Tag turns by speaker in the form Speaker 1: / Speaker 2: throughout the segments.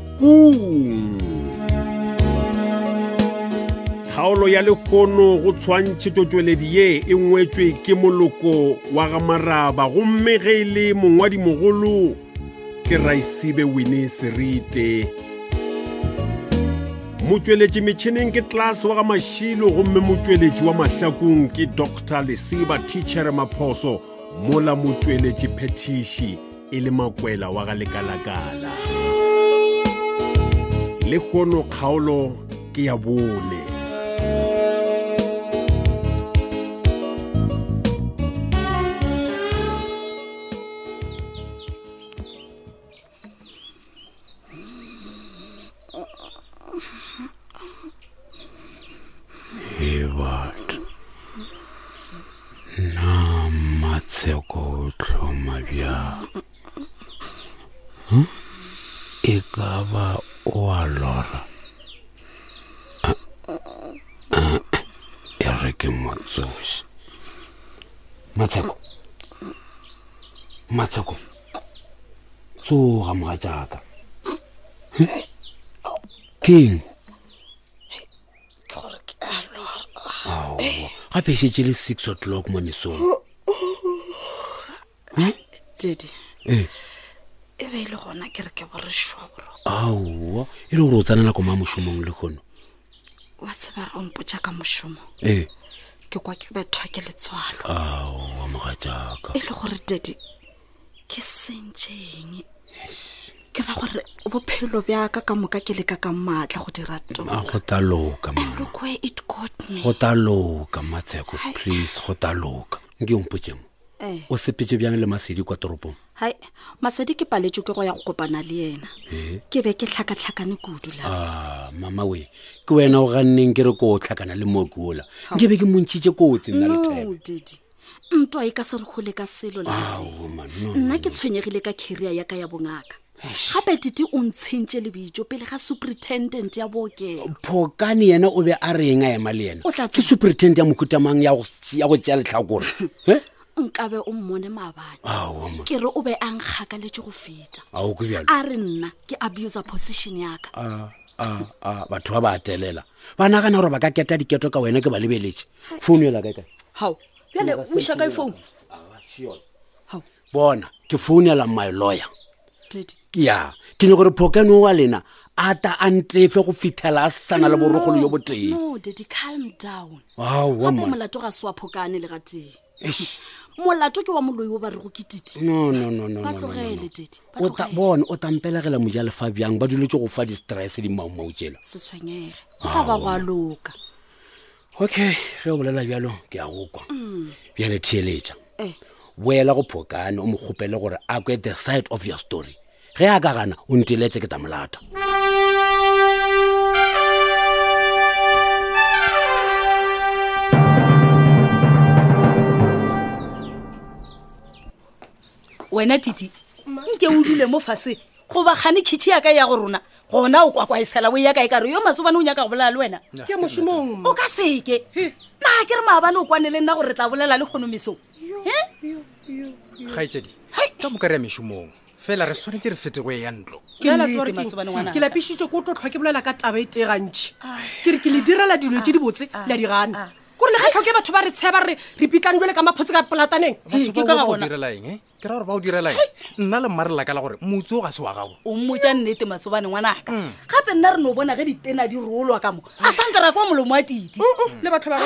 Speaker 1: mahlakong kgaolo ya lekgono go tshwantšhe tšotšweledi ye e ngwetswe ke moloko wa gamaraba gomme ge e le mongwadimogolo ke raisibe wine serite motšweletši metšhineng ke tlase wa ga mašilo gomme motšweletši wa mahlakong ke dr lesiba tichere maphoso mola motšweletši phetiši e le makwela wa ga lekalakala le kgono kgaolo ke ya bone
Speaker 2: Ewart. Na matseko tlhoma bja. Hm? E ka ba o a lora. A- a- Ah, E re ke motsoši. Matseko. Matseko. Tsoga mogatšaka. Hm? Keng? ao gape e šetse le six o'clock mo mesong Hm?
Speaker 3: dedi
Speaker 2: ee
Speaker 3: e be e le gona ke re ke bore šwa boro
Speaker 2: aowa e le gore o tsena nako ma mošomong le kgono
Speaker 3: wa tseba o mpotša ka mošomo
Speaker 2: ee
Speaker 3: ke kwa ke bethwa ke letswalo
Speaker 2: aowa mogatšaka
Speaker 3: e le gore dedi ke sentšeng ke ra gore bophelo bjaka ka moka ke leka ka maatla go dira
Speaker 2: a
Speaker 3: toka
Speaker 2: go tla loka
Speaker 3: and
Speaker 2: mama
Speaker 3: look where it got me
Speaker 2: go tla loka matsheko
Speaker 3: Hai.
Speaker 2: please go tla loka nke ompotšeng
Speaker 3: Eh,
Speaker 2: o sepetse bjang le masedi kwa toropong
Speaker 3: hai masadi ke paletswe ke go ya go kopana le ena
Speaker 2: Eh?
Speaker 3: ke be ke tlhakatlhakane kudu la
Speaker 2: a mama we ke wena o ganneng ke re ko o tlhakana le mookola nke be ke montšhitše kotsi nna
Speaker 3: no
Speaker 2: lethebe
Speaker 3: dedi ntwa e ka se re gole ka selo late
Speaker 2: ao man no, no,
Speaker 3: nna ke tshwenyegile ka career ya ka ya bongaka gape tite o ntshentse lebitso pele ga superintendent ya bookelo
Speaker 2: phokane yena o be a reng a ema le yena
Speaker 3: O tla tseba.
Speaker 2: ke superintend ya mokhutamang ya go ya go tšea letlhakore e
Speaker 3: nkabe o mmone maabane
Speaker 2: aoma
Speaker 3: ke re o be a nkgakaletse go feta
Speaker 2: ao ko bjalo
Speaker 3: a re nna ke abuser position yaka
Speaker 2: A- a- a, batho ba ba atelela ba nagana gore ba ka keta diketo ka wena ke ba lebeletše founu ela kaekae
Speaker 3: gao bjale o iša kae phone gao
Speaker 2: bona ke founela my lawyer
Speaker 3: tedi
Speaker 2: ya ke nyako gore phokane o wa lena a ta a ntefe go fitlhela a sana le borogolo jo boteng
Speaker 3: no dedi calm down
Speaker 2: aowa
Speaker 3: gape
Speaker 2: mona
Speaker 3: molato ga se wa phokane le gateng
Speaker 2: Eish.
Speaker 3: molato ke wa moloi o ba rego ke titi
Speaker 2: no no no no
Speaker 3: ba
Speaker 2: no, no, no.
Speaker 3: tlogele tedi ba
Speaker 2: O ta-
Speaker 3: tlogele.
Speaker 2: bone o tampelegela mojalefa bjang ba duletse go fa di-stress dimaumau tsela
Speaker 3: se tshwenyege go tla ba go a loka
Speaker 2: okay ge o bolela bjalo ke a go kwa
Speaker 3: Mm.
Speaker 2: bjale theeletša
Speaker 3: Eh.
Speaker 2: boela go phokane o mo kgopele gore a kwe the side of your story ge a ka gana o nteletse ke tamolata
Speaker 4: wena titi nke o dule mo fase goba gane kitšhe yaka ya go rona gona o kwakwaesela o yaka e ka re yo masobane o nyaka go bolela le wena
Speaker 5: ke mošomong
Speaker 4: o ka seke naa ke re maabane o kwane le nna gore re tla bolela le kgonomesong
Speaker 5: kgaetsadi ka moka re ya mešomong fela re tshwanetse re fete go e ya ntlo
Speaker 4: Ke nnete, Matsobane ngwanaka.
Speaker 6: ke lapišitse ko tlo tlhoa ke bolela ka taba e tegantšhi ke re ke le direla dilo tse di botse la di gana kore le ga tlhoke batho ba re tsheba re re pitlang jole ka maphotse ka polataneng
Speaker 4: Hei,
Speaker 5: batho bao
Speaker 4: ke ka
Speaker 5: ba
Speaker 4: ga
Speaker 5: o
Speaker 4: bona.
Speaker 5: direlaeng e ke ra gore ba o direlaeng nna le mmarela ka la gore motse o ga se wa gago
Speaker 4: o mmotsa nnete masobane ngwanaka gape nna re no bona ge ditena di rolwa ka mo a sanke ra kwa molomo wa titi
Speaker 6: le batlho ba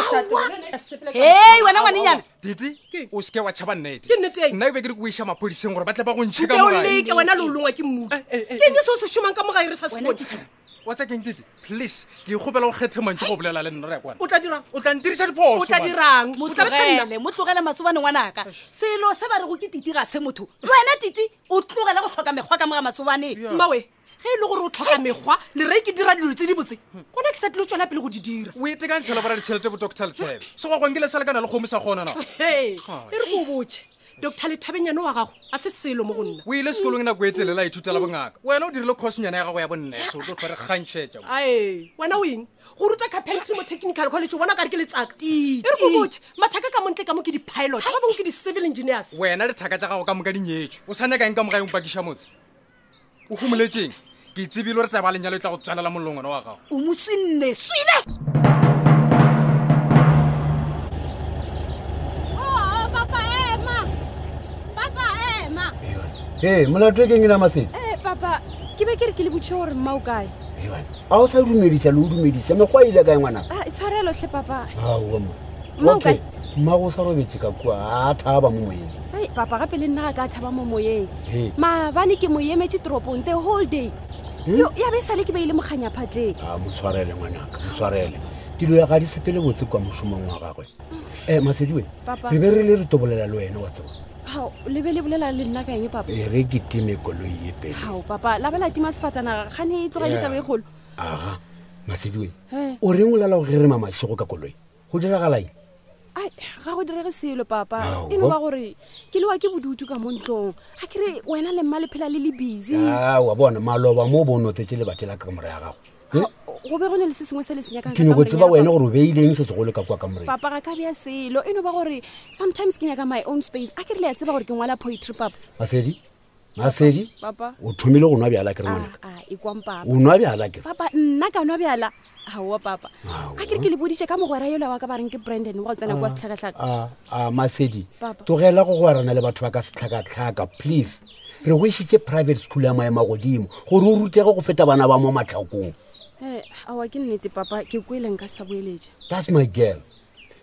Speaker 4: hei wena ngwanenyana
Speaker 5: tite o seke wa tšhaba nnete
Speaker 6: Ke nnete eng?
Speaker 5: nna e be ke re ko iša maphodiseng gore ba tle ba go ntšhe ka mogae
Speaker 6: leke wena le o longwa ke mmutu
Speaker 5: Eh,
Speaker 6: ke ne se o se šomang ka mogae re sa
Speaker 4: wena
Speaker 6: sekodi
Speaker 4: titi
Speaker 5: wa tsakeng tite please ke ikgopela go kgethe mantse go bolela le nna re ya kwana
Speaker 6: o tla dirang
Speaker 5: o tla ntirisa
Speaker 6: o
Speaker 5: diphoso
Speaker 6: tla dirang o tla betšha nna
Speaker 4: motlogele motlogele matsobane ngwanaka selo se ba rego ke titi ga se motho le wena titi o tlogele go tlhoka mekgwa ka moga matsobaneng
Speaker 6: mmawe ge e le gore o tlhoka mekgwa le re ke dira dilo tse di botse gona ke sa tlile tswela pele go di dira
Speaker 5: o etekantšhela bora ditšhelete bo doctor letshebe se gwa gwang ke le sa lekana le kgomo sa kgona na
Speaker 6: e re ko o botse doctor lethabenyane wa gago a se selo mo go nna
Speaker 7: o ile sekolong nako e telela a ithutela bongaka wena o dirile cosenyana ya gago ya bonneso o tlo tlhore kgantšhetša
Speaker 6: ae wena o eng go ruta capelity mo technical college o bona kare ke letsaka
Speaker 4: Titi.
Speaker 6: e re go botse mathaka ka montle ka mo ke di-pilot ka bongwe ke di-civil engineers
Speaker 7: wena dithaka tša gago ka moka dinyetso o sanya kang ka moka eng pakiša motse o humoletseng ke itsebile gore taba lenyalo e tla go tswalela molongwana wa gago
Speaker 4: o mosinne swile
Speaker 8: Oh, papa ema papa ema
Speaker 2: ee molato e keng ena masedi
Speaker 8: ee papa ke be ke re ke le botse gore mmao kae
Speaker 2: ga o sa dumedisa le o dumedisa mekgwa e ile kae ngwanaka
Speaker 8: Ah, tshwarelo tlhe papa Mma o
Speaker 2: okay mmago o sa robetse ka kua a thaba mo moyeng
Speaker 8: ai papa gape le nna ga ka thaba mo moyeng
Speaker 2: He.
Speaker 8: maabane ke mo emetse toropong the whole day Yo, ya be sale ke beile mokganya phatleng
Speaker 2: a motshwarele ngwanaka motshwarele dilo ya ga di sepele botse kwa mošomong wa gagwe um masediwe
Speaker 8: Papa.
Speaker 2: re be re le re tobolela le wena wa tseba
Speaker 8: gao le be le bolela le nna kaeng papa
Speaker 2: e re ketime koloi ye pele
Speaker 8: gao papa la ba la tima sefatanaga gane e tloga e le
Speaker 2: Yeah.
Speaker 8: taba e kgolo Eh,
Speaker 2: aga masediwe
Speaker 8: He.
Speaker 2: o reng o lala go gerema mašego ka koloi go diragalaeng
Speaker 8: ai ga go direge selo papa
Speaker 2: Ao.
Speaker 8: e no ba gore ke lewa ke bodutu ka mo ntlong ga kere wena le mma le phela le le busy
Speaker 2: a Ah, wa bona maloba mo o bo notsetse lebate la kamore ya gago He?
Speaker 8: go be go ne le se sengwe se le
Speaker 2: Eh?
Speaker 8: senyakang
Speaker 2: ke nyoko tseba wena gore o beileng setsegolo ka kua kamoreng
Speaker 8: papa ga ka bea selo e no ba gore sometimes ke nyaka my own space a ke rile ya tseba gore ke ngwala poetry papa
Speaker 2: masedi masedi
Speaker 8: Papa.
Speaker 2: o thomile go nwa bjala kere
Speaker 8: a
Speaker 2: ngwanaka
Speaker 8: a e kwang papa
Speaker 2: o nwa bjala kere
Speaker 8: papa nna ka nwa bjala gaoa papa
Speaker 2: Aowa. Ah,
Speaker 8: a kere ke le bodise ka mogwera yola wa ka bareng ke brandon wa go tsena kwa setlhakatlhaka
Speaker 2: a a ah, masedi
Speaker 8: Papa.
Speaker 2: tlogela go goarana le batho ba ka setlhakatlhaka please re wešitše private school ya maema godimo gore o rutege go feta bana ba mo matlhakong
Speaker 8: Eh, aowa ke nnete papa ke koeleng ka sa boeletša
Speaker 2: that's my girl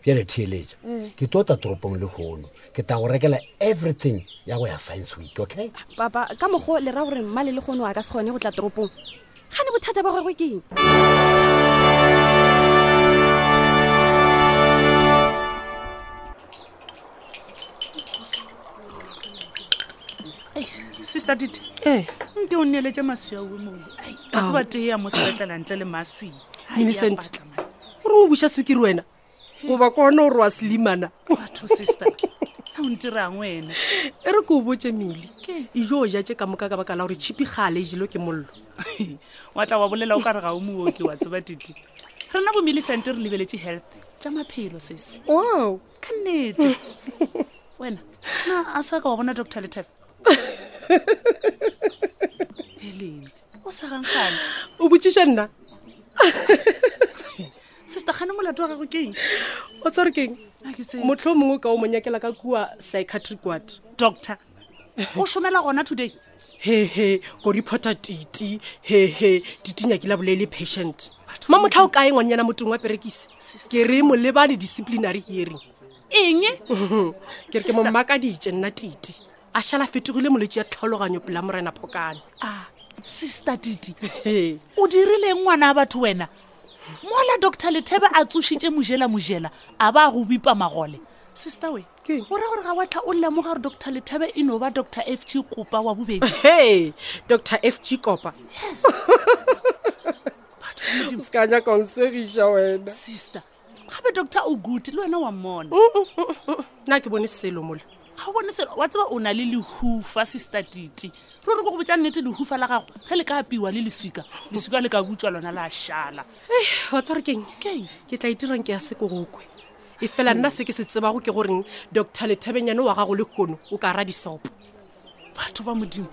Speaker 2: bjale theeletša
Speaker 8: Mm.
Speaker 2: ke tota toropong le kgono ke tla go rekela everything ya go ya science week okay
Speaker 8: papa ka mokgo le ra gore mma le le kgono a ka se kgone go tla toropong ga ne bothata ba gagwe ke eng
Speaker 9: sister dite nte o nneeletse maswi a omole a tseba tee ya mo seretlelantle le maswi Ai, e a
Speaker 6: Millicent.
Speaker 9: patla, man.
Speaker 6: ore o buša sukiri wena goba kona gore wa selimana
Speaker 9: batho sister a o ntirang wena
Speaker 6: e re ke o botse mele
Speaker 9: Ke?
Speaker 6: ejo o jatse ka moka ka baka la gore chipi gale jelo e ke mollo
Speaker 9: wa tla wa bolela o ka re ga o mooki wa tseba tite rena bomilisente re lebeletse health tsa maphelo sese
Speaker 6: wow
Speaker 9: ka
Speaker 4: Mm.
Speaker 9: nnete wena na a sa ka wa bona doctor letabe helen o sa gankgane
Speaker 6: o botsiša nna
Speaker 9: sister gane molato wa gago keng
Speaker 6: o tshware keng
Speaker 9: a ke tsebe.
Speaker 6: motlho o mongwe o ka o monyakela ka kua psychiatric ward
Speaker 9: doctor o šomela gona today
Speaker 6: hehe ko reporta titi hehe titinyakile a boleele patient ma motlha o kae ngwanyana motung wa perekise ke re mo lebane disciplinary hearing
Speaker 9: eng
Speaker 6: ke re ke mo mmakaditše nna titi a šala fetogile molwetse ya tlhologanyo pela morena phokane
Speaker 9: a Ah, sister didi
Speaker 6: He.
Speaker 9: o dirileng ngwana a batho wena mola doctor lethebe a tsošitše mojela mojela a ba a go bipa magole sister we
Speaker 6: Keng?
Speaker 9: o ra gore ga wa tla o lemoga gore doctor lethebe e no ba doctor f g kopa wa bobedi
Speaker 6: he dr f g kopa
Speaker 9: yes
Speaker 6: o se ka nyaka onsegiša wena
Speaker 9: sister gape doctor o good le wena wa mmona
Speaker 6: nna ke bone selo mola
Speaker 9: ga o bone selo wa tseba o na le lehufa sister didi ruri ko go botsa nnete lehufa la gago ge le ka apiwa le leswika leswika le ka butswa lona le a šala
Speaker 6: wa tshware keng
Speaker 9: keng
Speaker 6: ke tla itirang ke ya sekorokwe e fela nna se ke se tsebago ke goreng dr lethabenyane wa gago le kgono o ka ra disopo
Speaker 9: batho ba modimo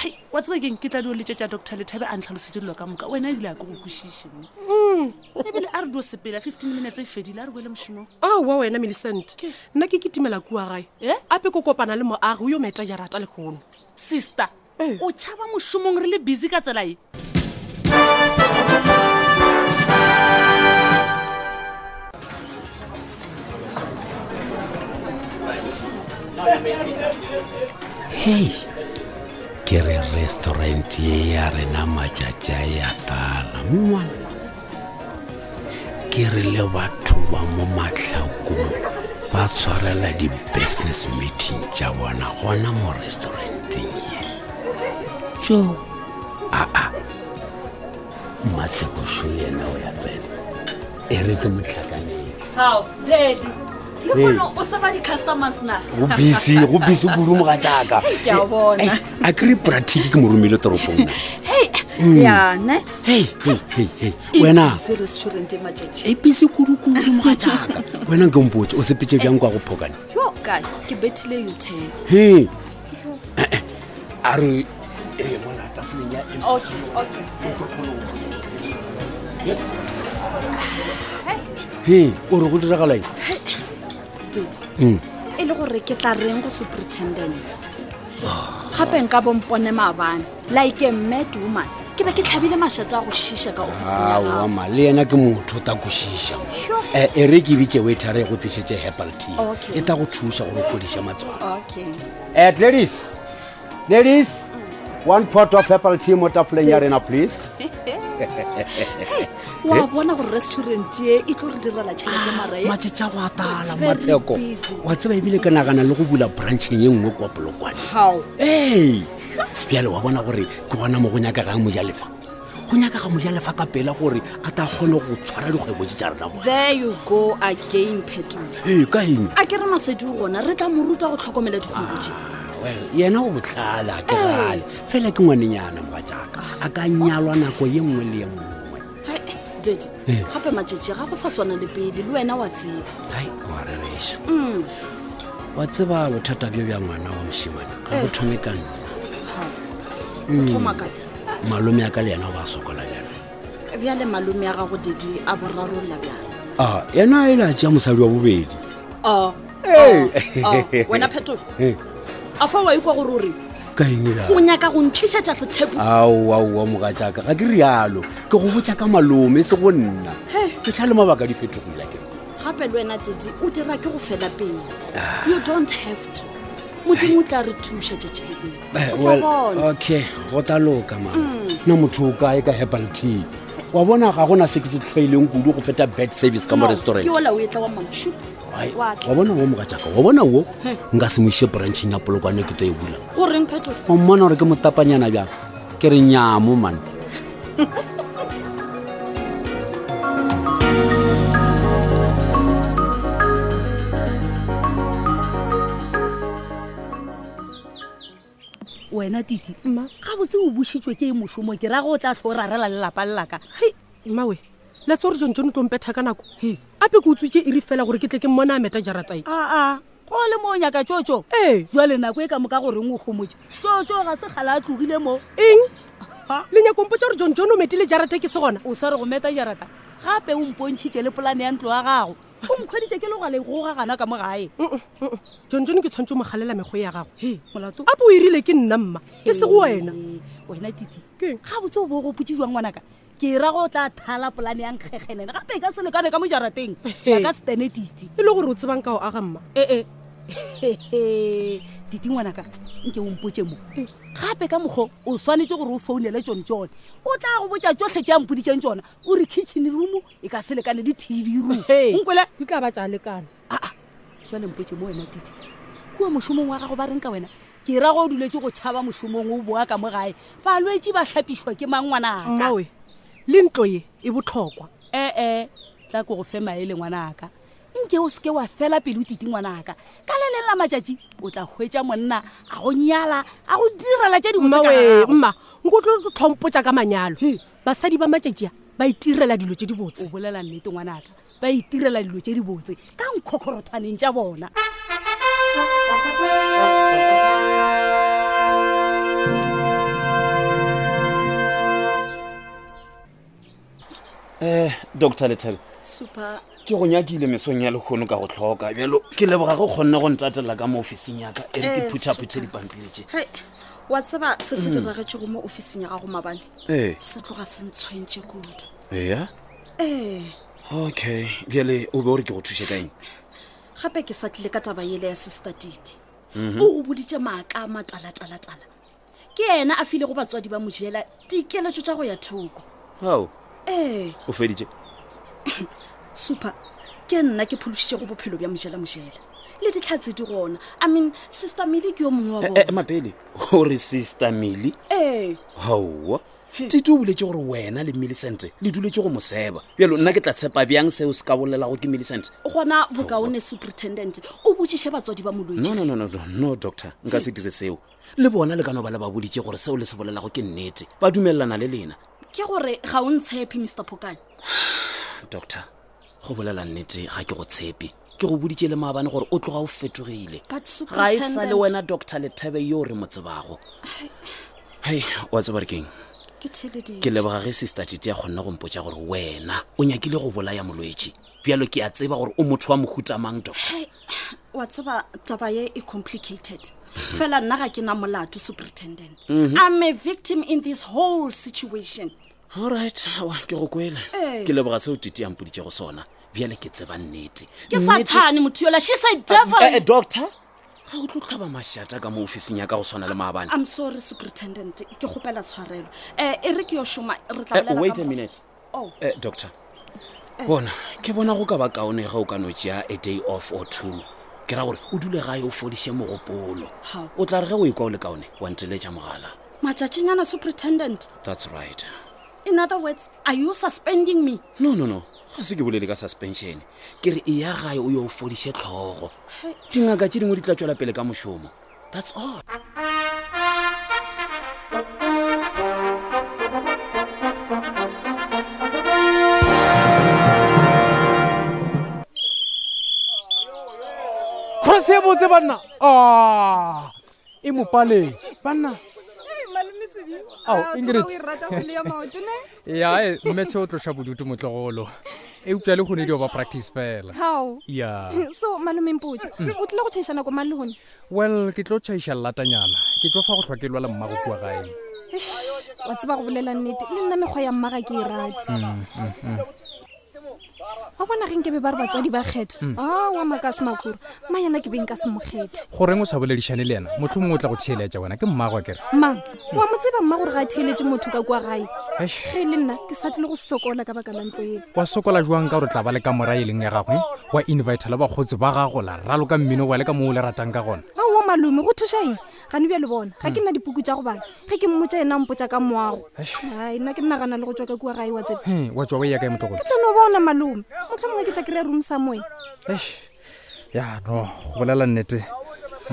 Speaker 9: hai wa tseba keng ke tla dio letsetsa doctor lethabe a ntlhalosetse dilo ka moka wena ebile a ke go kwešišene
Speaker 3: Mm.
Speaker 9: ebile a re dio sepela fifteen minutes e fedile a re boele mošomong
Speaker 6: ao wa wena millicent
Speaker 9: Ke?
Speaker 6: nna ke kitimela kua gae
Speaker 9: Eh?
Speaker 6: ape ko kopana le moagi o yo meta jarata le kgono
Speaker 9: sister
Speaker 6: Ee.
Speaker 9: o tšhaba mošomong re le busy ka tsela e
Speaker 3: hei ke re restaurant ye ya rena matšatši a ya tala mngwana ke re le batho ba mo matlhakong ba tshwarela di-business meeting tša bona gona mo restauranteng Ah, ye jo aa matshebošo yena o ya tsena e re ke motlhakanedi
Speaker 4: gao dadi
Speaker 3: le gona o seba di-customers na
Speaker 2: go busy go busy kudu moga jaaka
Speaker 3: Hei, ke a bona.
Speaker 2: Eish, a kry pratiki ke mo romile toropong na.
Speaker 3: hei yane
Speaker 2: Hei, hei, hei, hei. wena
Speaker 3: se restaurant matšatši
Speaker 2: e busy kudu-kudu moga jaaka wena nke mpotse o sepetse bjang kwa go phokane
Speaker 3: yo kae ke bethile yo ten
Speaker 2: he Eh, eh, a re ee mona tafoleng ya em- he o re go diragala eng
Speaker 3: dite
Speaker 2: Mm.
Speaker 3: e le gore ke tla reng go superintendent
Speaker 2: Ah.
Speaker 3: gape nka bompone maabane like a mad woman ke be ke tlhabile mašata a go šiša ka officing ya gago
Speaker 2: aama le yena ke motho o ta kosiša
Speaker 3: Sure.
Speaker 2: e re ke bitse waitare e go tlisetse hepal tea
Speaker 3: Okay.
Speaker 2: e tla go thusa gore o fodise matswalo Eh,
Speaker 3: okay
Speaker 10: at ladies ladies one pot of apple tea mo tafoleng ya rena please
Speaker 2: Eh?
Speaker 3: wa bona gore restaurant e e tlo re direla tšhelete marae
Speaker 2: matšatši a Ah,
Speaker 3: It's
Speaker 2: go atala
Speaker 3: very
Speaker 2: matsheko
Speaker 3: busy.
Speaker 2: wa tseba ebile ka nagana le go bula brancheng ye nngwe kwa polokwane
Speaker 3: How?
Speaker 2: ee bjale wa bona gore ke gona mo go nyakagang mojalefa go nyakaga mojalefa ka pela gore a ta kgone go tshwara dikgwebo tse tša rena mo
Speaker 3: there you go again phetola
Speaker 2: ee ka eng
Speaker 3: a ke re masedi o gona re tla mo ruta go tlhokomela dikgwebo tše
Speaker 2: Well, yena o botlhale a kerale fela ke ngwanenyana moka jaaka a ka nyalwa nako ye nngwe le ye nngwe
Speaker 3: Hai, dede
Speaker 2: Eh.
Speaker 3: gape matšatši ga go sa swana le pele le wena wa tseba Mm,
Speaker 2: hai wa rereša wa tseba bothata bjo bja ngwana wa mošimane ga bo thome ka nna
Speaker 3: Ee.
Speaker 2: Mm.
Speaker 3: o thoma kae
Speaker 2: malome a ka le yena o ba a sokola bjana
Speaker 3: bjale malome ya gago dede a borarolola bjale
Speaker 2: a yena e le a tšea mosadi wa bobedi
Speaker 3: Oh,
Speaker 2: Hey.
Speaker 3: oh, oh. wena phetola
Speaker 2: Eh.
Speaker 3: a fa wa ikwa gore o reng
Speaker 2: ka eng e
Speaker 3: o nyaka go ntlišetša sethepo
Speaker 2: aoaoa moka jaaka ga ke rialo ke go botja ka malome e se go nna ke tlha le mabaka a diphetogile ke
Speaker 3: gape le wena dede o dira ke go fela pele
Speaker 2: Ah.
Speaker 3: you don't have to modimo o tla re thuša tšatši le pele o tla bona
Speaker 2: Eh,
Speaker 3: Mm.
Speaker 2: okay go tla loka ma nna motho o kae ka herbal tea wa bona ga gona se ke se tlhaileng kudu go feta bad service ka mo
Speaker 3: No,
Speaker 2: restaurant
Speaker 3: ke ola o etla wa mamošu
Speaker 2: Ai,
Speaker 3: wa
Speaker 2: wa
Speaker 3: tla
Speaker 2: bona wo moka jaaka wa bona wo nka se moše brancheng ya polokwane ke to e bula
Speaker 3: goreng phetola
Speaker 2: o mmona gore ke motapanyana bjang ke re nyamo mane
Speaker 4: wena titi
Speaker 6: mma
Speaker 4: ga botse o bušitswe ke e mošomo ke rago o tla tlho o rarela lelapa lelaka
Speaker 6: hai mmawe letsa gore john john tompetha ka nako ape ke o tswetse iri fela gore ke tle ke mmona a meta jaratae
Speaker 4: aa go le mo Ah, o nyaka tsotso
Speaker 6: ee
Speaker 4: jwale nako e ka moka goreng o gomotse tsotso ga se gala a tlogile mo
Speaker 6: eng
Speaker 4: Ha?
Speaker 6: lenyakompo tsa gore john john o metile jarata ke se gona
Speaker 4: o sa re go meta jarata gape o mpontšhitše le polane ya ntlo ya gago o mkgweditše ke le go galegoga gana ka mo gae
Speaker 6: Mm-mm, mm-mm. john john ke tshwanetse o mo galela mekgo ya gago
Speaker 4: he molato
Speaker 6: ape o irile ke nna mma e se go wena
Speaker 4: Ee, wena titi
Speaker 6: Keng?
Speaker 4: ga botse o bo go potsiwang ngwanaka ke ra go tla thala polane ya nkgegelele gape e ka selekane ka mo jarateng ya ka stene titi
Speaker 6: e le gore o tsebang ka o aga mma
Speaker 4: ee Eh, titi ngwanaka nke o mpotse mo Eh, gape ka mokgwa o tshwanetse gore o founele tsone tsone o tla go botsa tsotlhe tse a mpoditseng tsona o re kitchen room e ka selekane le tv room
Speaker 6: Hei.
Speaker 4: nkwele Ah,
Speaker 6: di tla ba tsa lekana
Speaker 4: aa jale mpotse mo wena titi kua mošomong wa gago ba reng ka wena ke ra go o duletse go tšhaba mošomong o boa ka mo gae balwetse ba tlhapišwa ke mangwanaka
Speaker 6: mmawe le ntlo ye e botlhokwa
Speaker 4: ee Eh, tla ko go fe maele ngwanaka nke o seke wa fela pele o titi ngwanaka ka le leng la matšatši o tla hwetša monna a go nyala a go direla tše dingwe tse ka
Speaker 6: mmawe
Speaker 4: gagwe.
Speaker 6: mma nko tlo tlhompotsa ka manyalo basadi ba matšatšia ba itirela dilo tse di
Speaker 4: o
Speaker 6: botse
Speaker 4: bolela nnete ngwanaka ba itirela dilo tse di botse ka nkgokgorothwaneng tša bona
Speaker 11: um doctor lethebe
Speaker 3: super
Speaker 11: ke go nyakile mesong ya lekgono ka go tlhoka bjalo ke leboga go kgonne go ntatelela ka mo officing yaka e re ke
Speaker 3: Eh,
Speaker 11: phuthaphuthe dipampiri tse
Speaker 3: hei wa tseba se
Speaker 2: Mm.
Speaker 3: se diragetsego mo officing ya gago maabane
Speaker 11: ee
Speaker 2: Eh.
Speaker 3: se tloga se ntshwentše kudu Eh,
Speaker 11: ea
Speaker 3: ee
Speaker 11: okay bjale o be ore ke go thuse ka eng
Speaker 3: gape ke sa tlile ka taba ele ya sister didi
Speaker 11: Mhm.
Speaker 2: Mhm.
Speaker 3: o
Speaker 11: Oh,
Speaker 3: go boditse maaka a matalatalatala ke ena a file go batswadi ba mojela dikeletso tša go ya thoko Eh.
Speaker 11: ao
Speaker 3: ee
Speaker 11: o feditše
Speaker 3: super ke nna ke phološitšego bophelo bja mojela mojela le ditlhatse di gona i mean sister mele ke yo mongwe wa
Speaker 11: Eh, eh,
Speaker 3: bona
Speaker 11: mapele gore sister mele
Speaker 3: ee
Speaker 11: gaowa tite o boletse gore wena le millicent le duletse go mo seba bjalo nna ke tla tshepa bjang seo se ka bolelago ke millicent
Speaker 3: gona bokaone superintendent o botsiše batswadi ba molwetse
Speaker 11: no no no no no, no doctor nka se dire seo le bona le ka no ba le ba boditse gore seo le se bolelago ke nnete ba dumelelana le lena
Speaker 3: ke gore ga o ntshepe mr phokane
Speaker 11: doctor go bolela nnete ga ke go tshepe ke go boditse le maabane gore o tloga o fetogile
Speaker 3: but
Speaker 11: ga e sa le
Speaker 3: superintendent
Speaker 11: wena doctor lethebe yo re mo tsebago hei wa tseba re keng
Speaker 3: ke theleditše.
Speaker 11: ke leboga ge sister tite ya kgonna go mpotsa gore wena o nyakile go bolaya molwetse bjalo ke a tseba gore o motho wa mohutamang doctor
Speaker 3: Hei, wa tseba taba ye e complicated fela nna ga ke na molato superintendent
Speaker 11: Mhm.
Speaker 3: i'm a victim in this whole situation
Speaker 11: allright awa ke go kwele
Speaker 3: Ee.
Speaker 11: ke leboga seo tite ya mpoditse go sona bjale ke tseba nnete Eh,
Speaker 3: ke sathane motho yola she's a devil
Speaker 11: doctor ga o tlo tlhaba mašata ka mo officing ya ka go swana le maabane
Speaker 3: i'm sorry superintendent ke gopela tshwarelo um e re ke yo šoma re tla
Speaker 11: Eh,
Speaker 3: bolela ka
Speaker 11: wait a
Speaker 3: mo-
Speaker 11: minute
Speaker 3: Oh.
Speaker 11: Eh, doctor
Speaker 3: Eh.
Speaker 11: bona ke bona go ka ba kaone ge o ka no tšea a day off or two ke ra gore o dule gae o fodiše mogopolo
Speaker 3: Hao.
Speaker 11: o tla re ge o e kwa o le kaone wa nteletša mogala
Speaker 3: matšatšinyana superintendent
Speaker 11: that's right
Speaker 3: in other words are you suspending me
Speaker 11: no no no ga se ke bolele ka suspension ke re e ya gae o yo o fodiše tlhogo dingaka tse dingwe di tla tswela pele ka mošomo that's all
Speaker 7: cross e botse banna a e mopaletse banna
Speaker 2: Ah,
Speaker 5: Ao, Ingrid.
Speaker 2: e eh?
Speaker 7: ya mmetse o tlosa bodutu motlogolo e utlwa le gone dio ba practice fela
Speaker 8: how
Speaker 7: ya
Speaker 8: so malome mpotsa
Speaker 7: Ah. Mm.
Speaker 8: o tlile go change nako mang le gone
Speaker 7: well ke tlo tšhaiša llatanyana ke tswa fa go tlhoa ke lwa le mmago kua gae
Speaker 8: Eish, wa tseba go bolela nnete le nna mekgwa ya mmaga ke e rate
Speaker 7: Mm, mm, mm.
Speaker 8: wa bona ge nkebe ba re batswadi ba kgetho
Speaker 7: Mm.
Speaker 8: a wa maka se makhura maana ke beng ka se mokgethe
Speaker 7: goreng o sa boledišane le ena motlho mongwe o tla go theeletša wena ke mmagwa kere
Speaker 8: mang wa mo tseba mma gore ga a theeletse motho ka kwa gae
Speaker 7: Eish.
Speaker 8: ge le nna ke sa tlile go sokola ka baka la ntlo ele
Speaker 7: wa sokola jwang ka gore tla ba le ka mora e leng ya gagwe wa invite le bakgotsi ba gago la ralo ka mmino wa le ka moo le ratang ka gona
Speaker 8: aowa malome go thusa eng gane bja le bona ga
Speaker 7: Mm.
Speaker 8: ke nna dipuku tja go bala ge ke mmotsa ena mpotsa ka moago ai nna ke nagana le go tswa ka kua gae wa tsebe
Speaker 7: He, wa tswa o ya kae motlogolo
Speaker 8: ke tla no bona malome motlho mongwe ke tla kry-a room samoe
Speaker 7: ya no go bolela nnete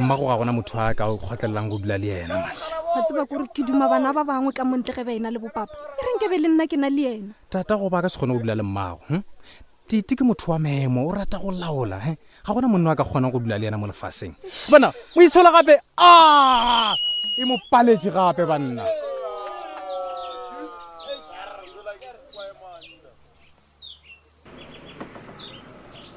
Speaker 7: mmago ga gona motho a ka o kgotlelelang go dula le ena man.
Speaker 8: wa tseba kore ke duma bana ba bangwe ka montle ge ba ena le bopapa e reng ke be le nna ke na le ena
Speaker 7: tata go ba ka se kgone go dula le mmago hm? tite ke motho wa maemo o rata go laola he ga gona monna a ka kgonang go dula le ena mo lefatsheng
Speaker 12: bana o itshola gape a e mo paletse gape banna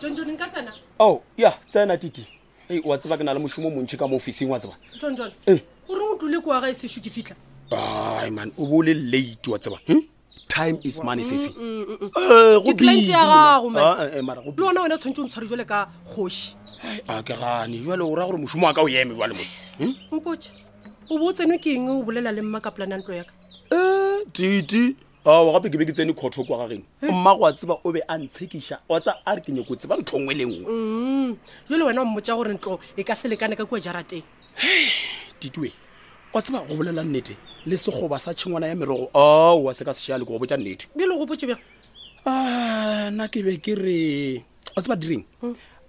Speaker 6: jonjone nka tsena
Speaker 11: oh ya tsena tite e wa tseba ke na le mošomo montšhi ka mo officing wa tseba
Speaker 6: jonjone
Speaker 11: Eh.
Speaker 6: o reng o tlole kwa ga e sešo ke fitlha
Speaker 11: ai man o bole late wa tseba hm? time is
Speaker 4: Mm,
Speaker 11: money sese Eh,
Speaker 6: ke cliente ya gago
Speaker 11: Ah,
Speaker 6: man le ona wena o tshwanetse o ntshware jale ka kgoši
Speaker 11: a Ah, ke gane jale o raya gore mošomo wa ka o eme Hm? jale mose
Speaker 6: mpotse o bo o tsenwe ke eng o bolela le mma ka polana ntlo yaka
Speaker 11: tite ao Ah, gape ke be ke tsene kgotho kwa gageno
Speaker 6: Eh?
Speaker 11: mma go a tseba o be a ntshekiša wa tsa a re ke nyako tseba ntho ngwe le e nngwe
Speaker 6: mm jale wena o mmotsa gore ntlo e ka se lekane ka kua jarateng
Speaker 11: titue wa tseba go bolela nnete le sekgoba sa tšhengwana ya merogo ao wa se ka sešhale ke go botja nnete
Speaker 6: bele o gopotse bjang
Speaker 11: Ah, nna ke be ke re wa tseba direng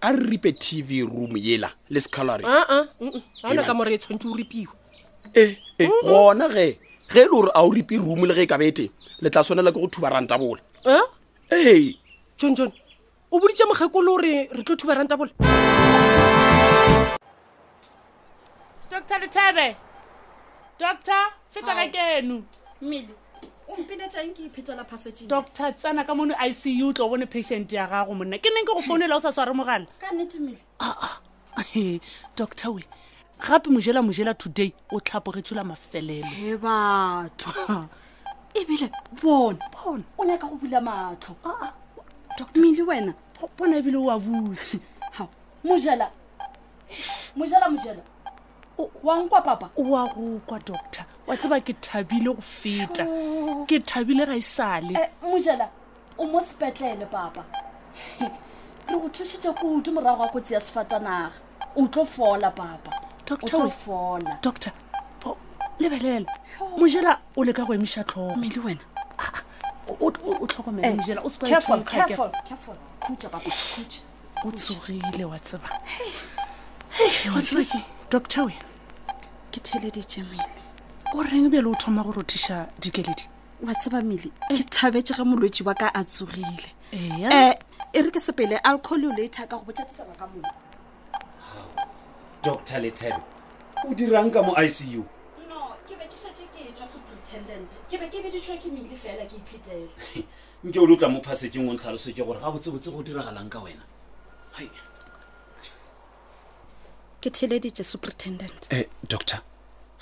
Speaker 11: a re ripe tv room yela le secolare
Speaker 6: aa ga ah. ona
Speaker 11: Helang.
Speaker 6: ka more e tshwanetse o repiwa
Speaker 11: ee ee, Eh, gona ge ge e le gore a o ripe room le ge e ka bete le tla tshwanela ke go thuba rantabola ee
Speaker 6: john john Eh? o boditse mokgekolo gore re tlo thuba ranta bole
Speaker 9: doctor lethebe doctor fetsa ka keno
Speaker 3: mmele ompine jang ke iphetela passageng
Speaker 9: doctor tsena ka mono icu tlo bone patient ya gago monna ke neng ke go founela o sa sware mogala
Speaker 3: ka nnete mmele
Speaker 9: doctor we gape mojela mojela today o tlhapogetsela mafelelo
Speaker 3: e batho ebile bone bone o nyaka go bula matlho
Speaker 9: Ah,
Speaker 3: mmele wena
Speaker 9: bona ebile o a butse
Speaker 3: mojela Eish, mojela mojela wankwa papa
Speaker 9: oa go kwa doctor wa tseba ke thabile go feta ke thabile ga e sale
Speaker 3: Oh. Eh, mojela o mo sepetlele papa re go thušitše kudu morago wa kotsi ya sefatanaga o tlo fola papa o
Speaker 9: Doctor,
Speaker 3: tlo
Speaker 9: we-
Speaker 3: fola
Speaker 9: doctor po- lebelela mojela o leka go emiša tlhogo mme le wena o tlhokomele
Speaker 3: Eh,
Speaker 9: mojela o se ka
Speaker 3: careful,
Speaker 9: e thola,
Speaker 3: careful,
Speaker 9: ka-
Speaker 3: careful. Khutša, papa, khutša.
Speaker 9: o tsogile wa tseba Hei, wa tseba ke doctor we
Speaker 3: ke theleditše mele
Speaker 9: o reng bjale o thoma go rothiša dikeledi
Speaker 3: wa tseba mele ke thabetse ge molwetse wa ka a tsogile
Speaker 9: Eya.
Speaker 3: um e re ke sepele alcohol o later ka go botsa ditaba ka mono
Speaker 11: doctor letebe o dirang ka mo icu
Speaker 3: no ke be ke šetse ke tswa superintendent ke be ke beditšwa ke mele fela ke iphetela
Speaker 11: nke o le o tla mo phasetseng o ntlhalosetse gore ga botsebotse go diragalang ka wena
Speaker 3: ke theleditše superintendent
Speaker 11: um doctor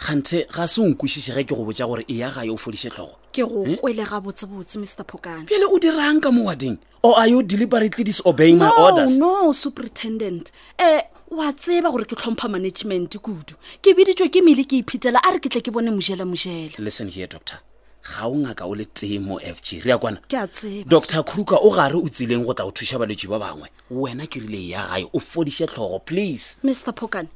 Speaker 11: ganthe ga se onkwešiše ge ke go botsa gore e ya gae o fodiše tlhogo
Speaker 3: ke go
Speaker 11: Eh?
Speaker 3: kwele gabotsebotse mr phokane
Speaker 11: pele o dirang ka mo wading or are you deliberately disobeying my
Speaker 3: Oh,
Speaker 11: orders
Speaker 3: no superintendent um wa tseba gore ke tlhompha management kudu ke beditšwe ke mele ke iphetela a re ke tle ke bone mojela mojela
Speaker 11: listen here doctor ga o ngaka o le tee mo f g re ya kwana
Speaker 3: ke a tseba
Speaker 11: dr kruka o gare o tsileng go tla o thuša balwetse ba bangwe wena ke rile e ya gae o fodiše tlhogo please
Speaker 3: mr phokane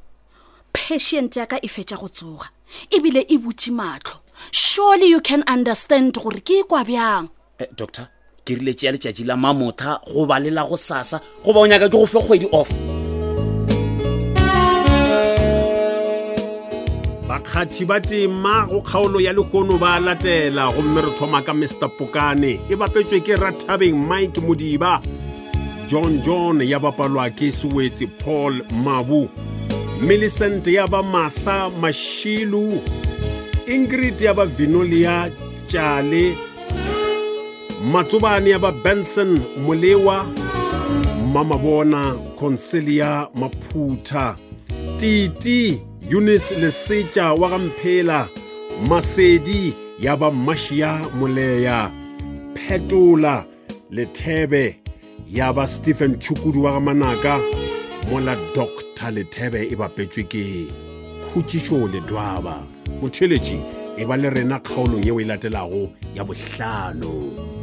Speaker 3: patient ya ka e fetša go tsoga ebile e butse matlho surely you can understand gore ke e kwa bjang
Speaker 11: eh, doctor ke rile tšea letšatši la mamotha go balela go sasa goba o nyaka ke go fe kgwedi off
Speaker 1: bakgathi ba tema go kgaolo ya lehono ba latela gomme re thoma ka mr pokane e bapetswe ke rathabeng mike modiba john john ya bapalwa ke sewetse paul mabu millicent ya ba martha mashilu ingrid ya ba vinolia tjale matsobane ya ba benson molewa mamabona concelia maphutha titi eunice lesetša wa gamphela masedi ya ba mashia moleya phetola lethebe ya ba stephen chukudu wa gamanaka mola doctor lethebe e bapetswe ke khutsišo le dwaba motšheletši e ba le rena kgaolong yeo e latelago ya bohlano